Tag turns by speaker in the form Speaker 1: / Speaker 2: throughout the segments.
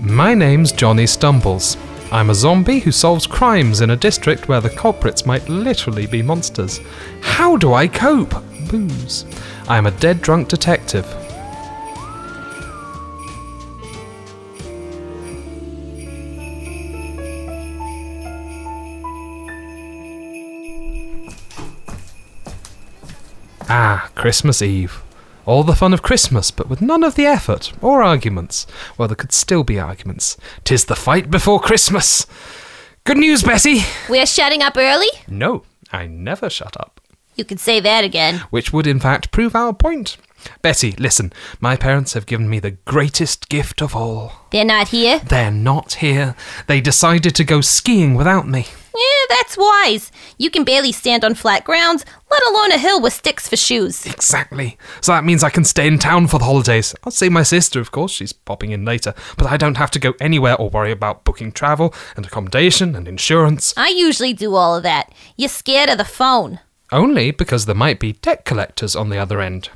Speaker 1: My name's Johnny Stumbles. I'm a zombie who solves crimes in a district where the culprits might literally be monsters. How do I cope? Booze. I'm a dead drunk detective. Ah, Christmas Eve. All the fun of Christmas, but with none of the effort or arguments. Well, there could still be arguments. Tis the fight before Christmas. Good news, Betty!
Speaker 2: We're shutting up early?
Speaker 1: No, I never shut up.
Speaker 2: You could say that again.
Speaker 1: which would in fact prove our point. Betty, listen, my parents have given me the greatest gift of all.
Speaker 2: They're not here?
Speaker 1: They're not here. They decided to go skiing without me.
Speaker 2: Yeah, that's wise. You can barely stand on flat grounds, let alone a hill with sticks for shoes.
Speaker 1: Exactly. So that means I can stay in town for the holidays. I'll see my sister, of course, she's popping in later, but I don't have to go anywhere or worry about booking travel and accommodation and insurance.
Speaker 2: I usually do all of that. You're scared of the phone.
Speaker 1: Only because there might be debt collectors on the other end.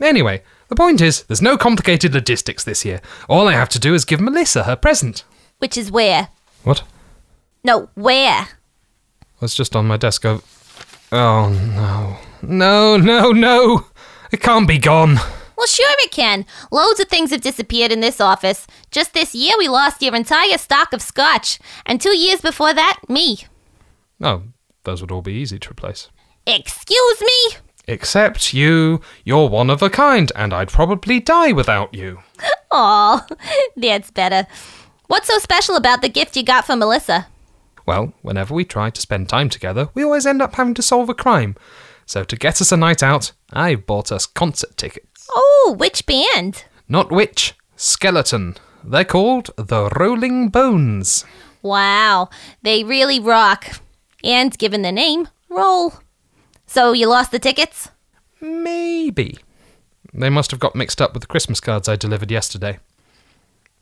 Speaker 1: Anyway, the point is, there's no complicated logistics this year. All I have to do is give Melissa her present.
Speaker 2: Which is where?
Speaker 1: What?
Speaker 2: No, where?
Speaker 1: It's just on my desk. i Oh no. No, no, no! It can't be gone!
Speaker 2: Well, sure it can. Loads of things have disappeared in this office. Just this year, we lost your entire stock of scotch. And two years before that, me.
Speaker 1: Oh, those would all be easy to replace.
Speaker 2: Excuse me?
Speaker 1: Except you. You're one of a kind, and I'd probably die without you.
Speaker 2: Aw, that's better. What's so special about the gift you got for Melissa?
Speaker 1: Well, whenever we try to spend time together, we always end up having to solve a crime. So, to get us a night out, I've bought us concert tickets.
Speaker 2: Oh, which band?
Speaker 1: Not which, Skeleton. They're called the Rolling Bones.
Speaker 2: Wow, they really rock. And given the name, roll. So you lost the tickets?
Speaker 1: Maybe. They must have got mixed up with the Christmas cards I delivered yesterday.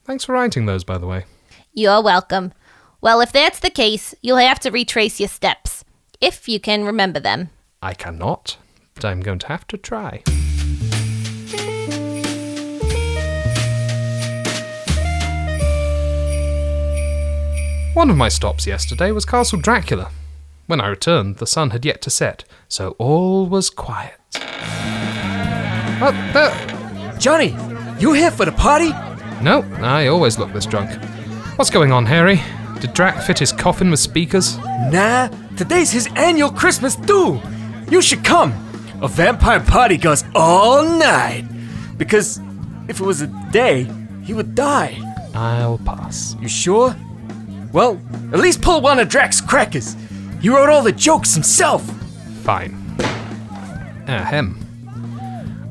Speaker 1: Thanks for writing those, by the way.
Speaker 2: You're welcome. Well, if that's the case, you'll have to retrace your steps, if you can remember them.
Speaker 1: I cannot, but I'm going to have to try. One of my stops yesterday was Castle Dracula. When I returned, the sun had yet to set, so all was quiet. Oh, there-
Speaker 3: Johnny, you here for the party?
Speaker 1: No, I always look this drunk. What's going on, Harry? Did Drac fit his coffin with speakers?
Speaker 3: Nah, today's his annual Christmas do. You should come. A vampire party goes all night. Because if it was a day, he would die.
Speaker 1: I'll pass.
Speaker 3: You sure? Well, at least pull one of Drax's crackers. He wrote all the jokes himself.
Speaker 1: Fine. Ahem.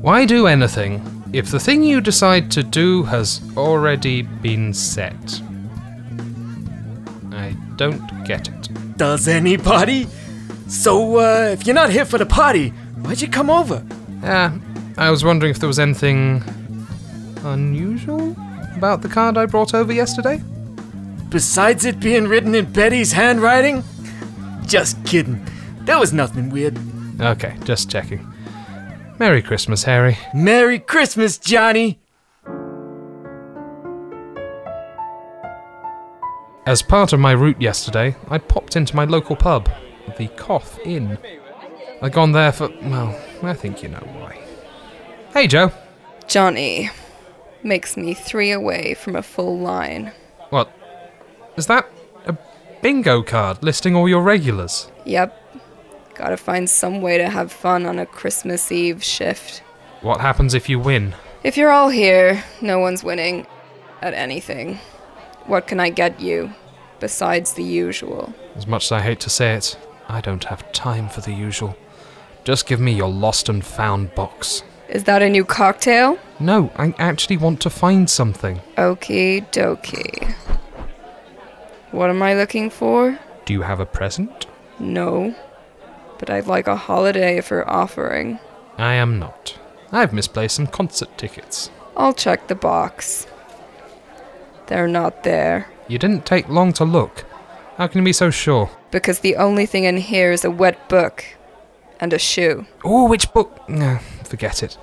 Speaker 1: Why do anything if the thing you decide to do has already been set? I don't get it.
Speaker 3: Does anybody? So, uh, if you're not here for the party, why'd you come over?
Speaker 1: Ah, I was wondering if there was anything unusual about the card I brought over yesterday?
Speaker 3: Besides it being written in Betty's handwriting? Just kidding. There was nothing weird.
Speaker 1: Okay, just checking. Merry Christmas, Harry.
Speaker 3: Merry Christmas, Johnny!
Speaker 1: As part of my route yesterday, I popped into my local pub, the Cough Inn. I'd gone there for, well, I think you know why. Hey, Joe.
Speaker 4: Johnny makes me three away from a full line.
Speaker 1: What? Is that a bingo card listing all your regulars?
Speaker 4: Yep. Gotta find some way to have fun on a Christmas Eve shift.
Speaker 1: What happens if you win?
Speaker 4: If you're all here, no one's winning at anything. What can I get you besides the usual?
Speaker 1: As much as I hate to say it, I don't have time for the usual. Just give me your lost and found box.
Speaker 4: Is that a new cocktail?
Speaker 1: No, I actually want to find something.
Speaker 4: Okie dokie. What am I looking for?
Speaker 1: Do you have a present?
Speaker 4: No. But I'd like a holiday if you're offering.
Speaker 1: I am not. I've misplaced some concert tickets.
Speaker 4: I'll check the box. They're not there.
Speaker 1: You didn't take long to look. How can you be so sure?
Speaker 4: because the only thing in here is a wet book and a shoe.
Speaker 1: Oh, which book? Nah, forget it.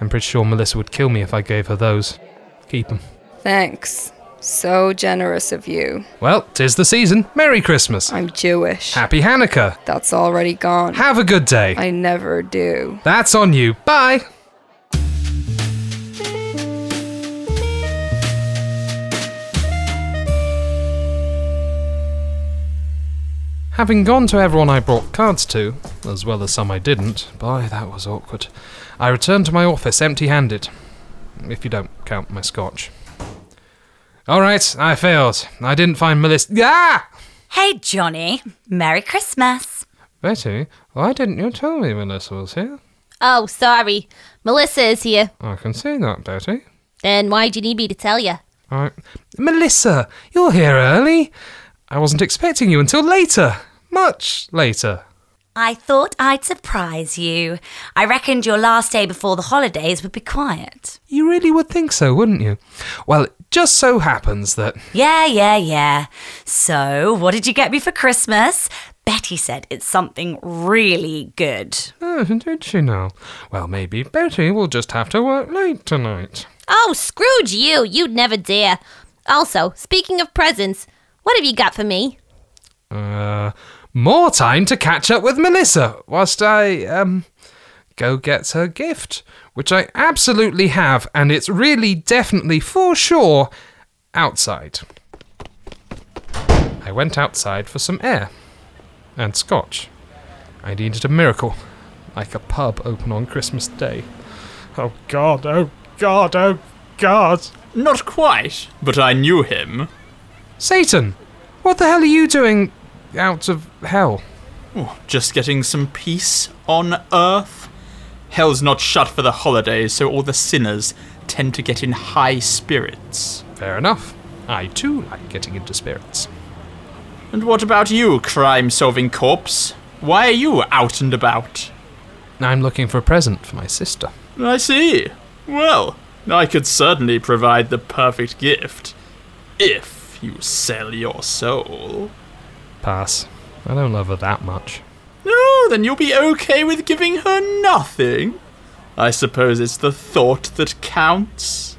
Speaker 1: I'm pretty sure Melissa would kill me if I gave her those. Keep 'em.
Speaker 4: Thanks. So generous of you.
Speaker 1: Well, 'tis the season. Merry Christmas.
Speaker 4: I'm Jewish.
Speaker 1: Happy Hanukkah.
Speaker 4: That's already gone.
Speaker 1: Have a good day.
Speaker 4: I never do.
Speaker 1: That's on you. Bye. Having gone to everyone I brought cards to, as well as some I didn't, boy, that was awkward, I returned to my office empty handed. If you don't count my scotch. Alright, I failed. I didn't find Melissa. Ah!
Speaker 5: Hey, Johnny. Merry Christmas.
Speaker 1: Betty, why didn't you tell me Melissa was here?
Speaker 2: Oh, sorry. Melissa is here.
Speaker 1: I can see that, Betty.
Speaker 2: Then why'd you need me to tell you?
Speaker 1: I... Melissa, you're here early. I wasn't expecting you until later. Much later.
Speaker 5: I thought I'd surprise you. I reckoned your last day before the holidays would be quiet.
Speaker 1: You really would think so, wouldn't you? Well, it just so happens that.
Speaker 5: Yeah, yeah, yeah. So, what did you get me for Christmas? Betty said it's something really good.
Speaker 1: Oh, did she now? Well, maybe Betty will just have to work late tonight.
Speaker 2: Oh, Scrooge, you. You'd never dare. Also, speaking of presents, what have you got for me?
Speaker 1: Uh, more time to catch up with Melissa whilst I, um, go get her gift, which I absolutely have, and it's really definitely for sure outside. I went outside for some air and scotch. I needed a miracle, like a pub open on Christmas Day. Oh God, oh God, oh God.
Speaker 6: Not quite, but I knew him.
Speaker 1: Satan, what the hell are you doing out of hell?
Speaker 6: Oh, Just getting some peace on Earth. Hell's not shut for the holidays, so all the sinners tend to get in high spirits.
Speaker 1: Fair enough. I too like getting into spirits.
Speaker 6: And what about you, crime solving corpse? Why are you out and about?
Speaker 1: I'm looking for a present for my sister.
Speaker 6: I see. Well, I could certainly provide the perfect gift. If you sell your soul.
Speaker 1: Pass. I don't love her that much.
Speaker 6: No, then you'll be okay with giving her nothing. I suppose it's the thought that counts.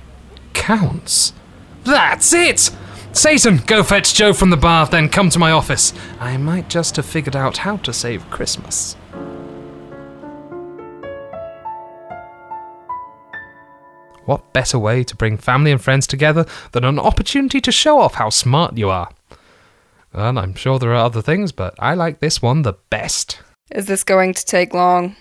Speaker 1: Counts? That's it! Satan, go fetch Joe from the bar, then come to my office. I might just have figured out how to save Christmas. What better way to bring family and friends together than an opportunity to show off how smart you are? Well, I'm sure there are other things, but I like this one the best.
Speaker 4: Is this going to take long?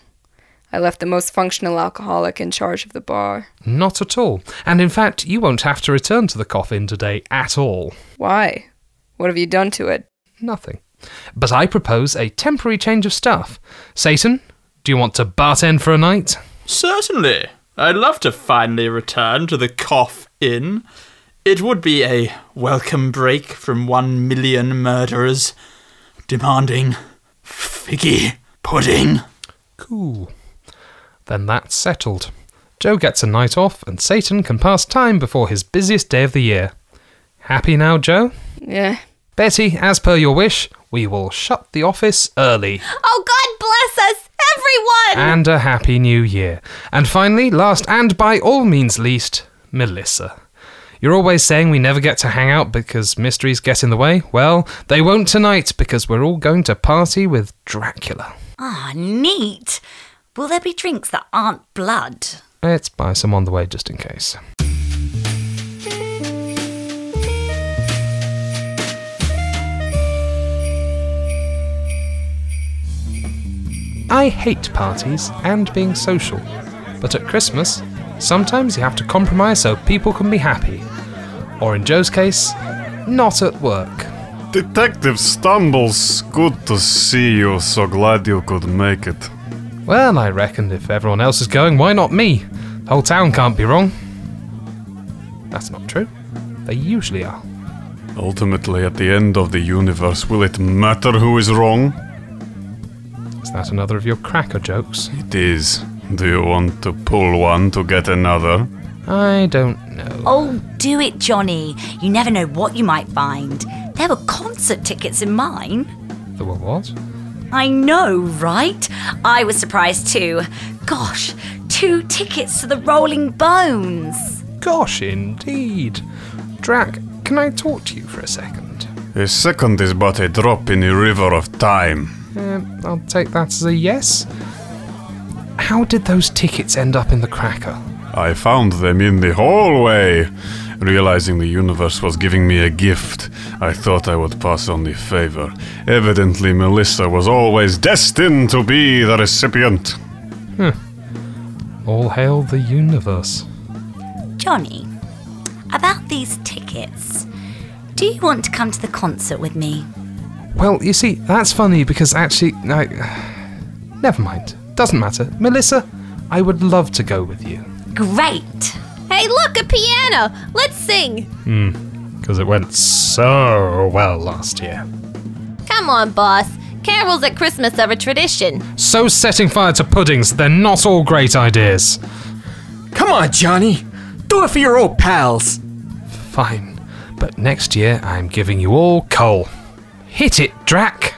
Speaker 4: I left the most functional alcoholic in charge of the bar.
Speaker 1: Not at all. And in fact, you won't have to return to the coffin today at all.
Speaker 4: Why? What have you done to it?
Speaker 1: Nothing. But I propose a temporary change of staff. Satan, do you want to bartend for a night?
Speaker 6: Certainly. I'd love to finally return to the Cough Inn. It would be a welcome break from one million murderers demanding figgy pudding.
Speaker 1: Cool. Then that's settled. Joe gets a night off, and Satan can pass time before his busiest day of the year. Happy now, Joe?
Speaker 4: Yeah.
Speaker 1: Betty, as per your wish, we will shut the office early.
Speaker 2: Oh, God bless us, everyone!
Speaker 1: and a happy new year. And finally, last and by all means least, Melissa. You're always saying we never get to hang out because mysteries get in the way. Well, they won't tonight because we're all going to party with Dracula.
Speaker 5: Ah, neat. Will there be drinks that aren't blood?
Speaker 1: Let's buy some on the way just in case. I hate parties and being social, but at Christmas, sometimes you have to compromise so people can be happy. Or in Joe's case, not at work.
Speaker 7: Detective Stumbles, good to see you. So glad you could make it.
Speaker 1: Well, I reckoned if everyone else is going, why not me? The whole town can't be wrong. That's not true. They usually are.
Speaker 7: Ultimately, at the end of the universe, will it matter who is wrong?
Speaker 1: Is that another of your cracker jokes?
Speaker 7: It is. Do you want to pull one to get another?
Speaker 1: I don't know.
Speaker 5: Oh, do it, Johnny. You never know what you might find. There were concert tickets in mine.
Speaker 1: There were what?
Speaker 5: I know, right? I was surprised too. Gosh, two tickets to the Rolling Bones.
Speaker 1: Gosh, indeed. Drac, Can I talk to you for a second?
Speaker 7: A second is but a drop in the river of time.
Speaker 1: Um, I'll take that as a yes. How did those tickets end up in the cracker?
Speaker 7: I found them in the hallway. Realizing the universe was giving me a gift, I thought I would pass on the favor. Evidently, Melissa was always destined to be the recipient.
Speaker 1: All hail the universe.
Speaker 5: Johnny, about these tickets, do you want to come to the concert with me?
Speaker 1: Well, you see, that's funny because actually, I. Never mind. Doesn't matter. Melissa, I would love to go with you.
Speaker 5: Great!
Speaker 2: Hey, look, a piano! Let's sing!
Speaker 1: Because it went so well last year.
Speaker 2: Come on, boss. Carols at Christmas are a tradition.
Speaker 1: So setting fire to puddings, they're not all great ideas.
Speaker 3: Come on, Johnny. Do it for your old pals.
Speaker 1: Fine. But next year, I'm giving you all coal. Hit it, Drac!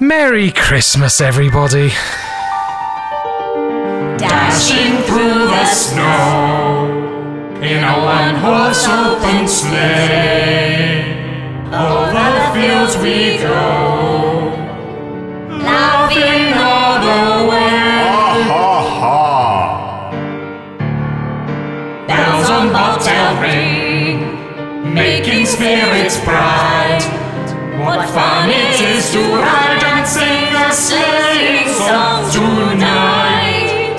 Speaker 1: Merry Christmas, everybody!
Speaker 5: Dashing through the snow in a one horse open sleigh. Over the fields we go, laughing all the way.
Speaker 7: Ha ha!
Speaker 5: Bells on bobtail ring, making spirits bright. What fun it is to ride and sing a sleighing song tonight!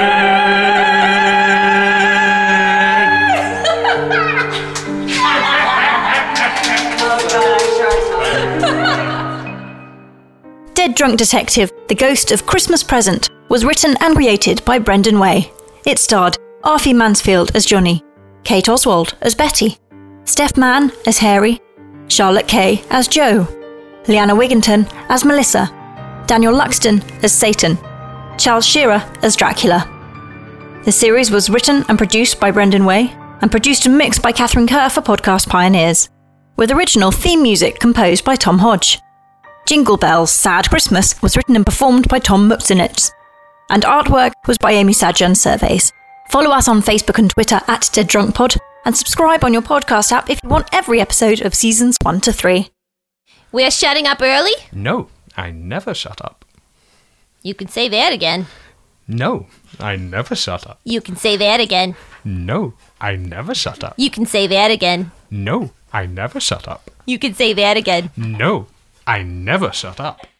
Speaker 8: Dead Drunk Detective The Ghost of Christmas Present was written and created by Brendan Way. It starred Arfie Mansfield as Johnny, Kate Oswald as Betty, Steph Mann as Harry, Charlotte Kay as Joe, Leanna Wigginton as Melissa, Daniel Luxton as Satan, Charles Shearer as Dracula. The series was written and produced by Brendan Way and produced and mixed by Catherine Kerr for Podcast Pioneers, with original theme music composed by Tom Hodge. Jingle Bells Sad Christmas was written and performed by Tom Mukzinitz, and artwork was by Amy Sajan Surveys. Follow us on Facebook and Twitter at Dead Drunk Pod, and subscribe on your podcast app if you want every episode of seasons one to three.
Speaker 2: We're shutting up early?
Speaker 1: No, I never shut up.
Speaker 2: You can say that again.
Speaker 1: No, I never shut up.
Speaker 2: You can say that again.
Speaker 1: No, I never shut up.
Speaker 2: You can say that again.
Speaker 1: No, I never shut up.
Speaker 2: You can say that again.
Speaker 1: No, I never shut up.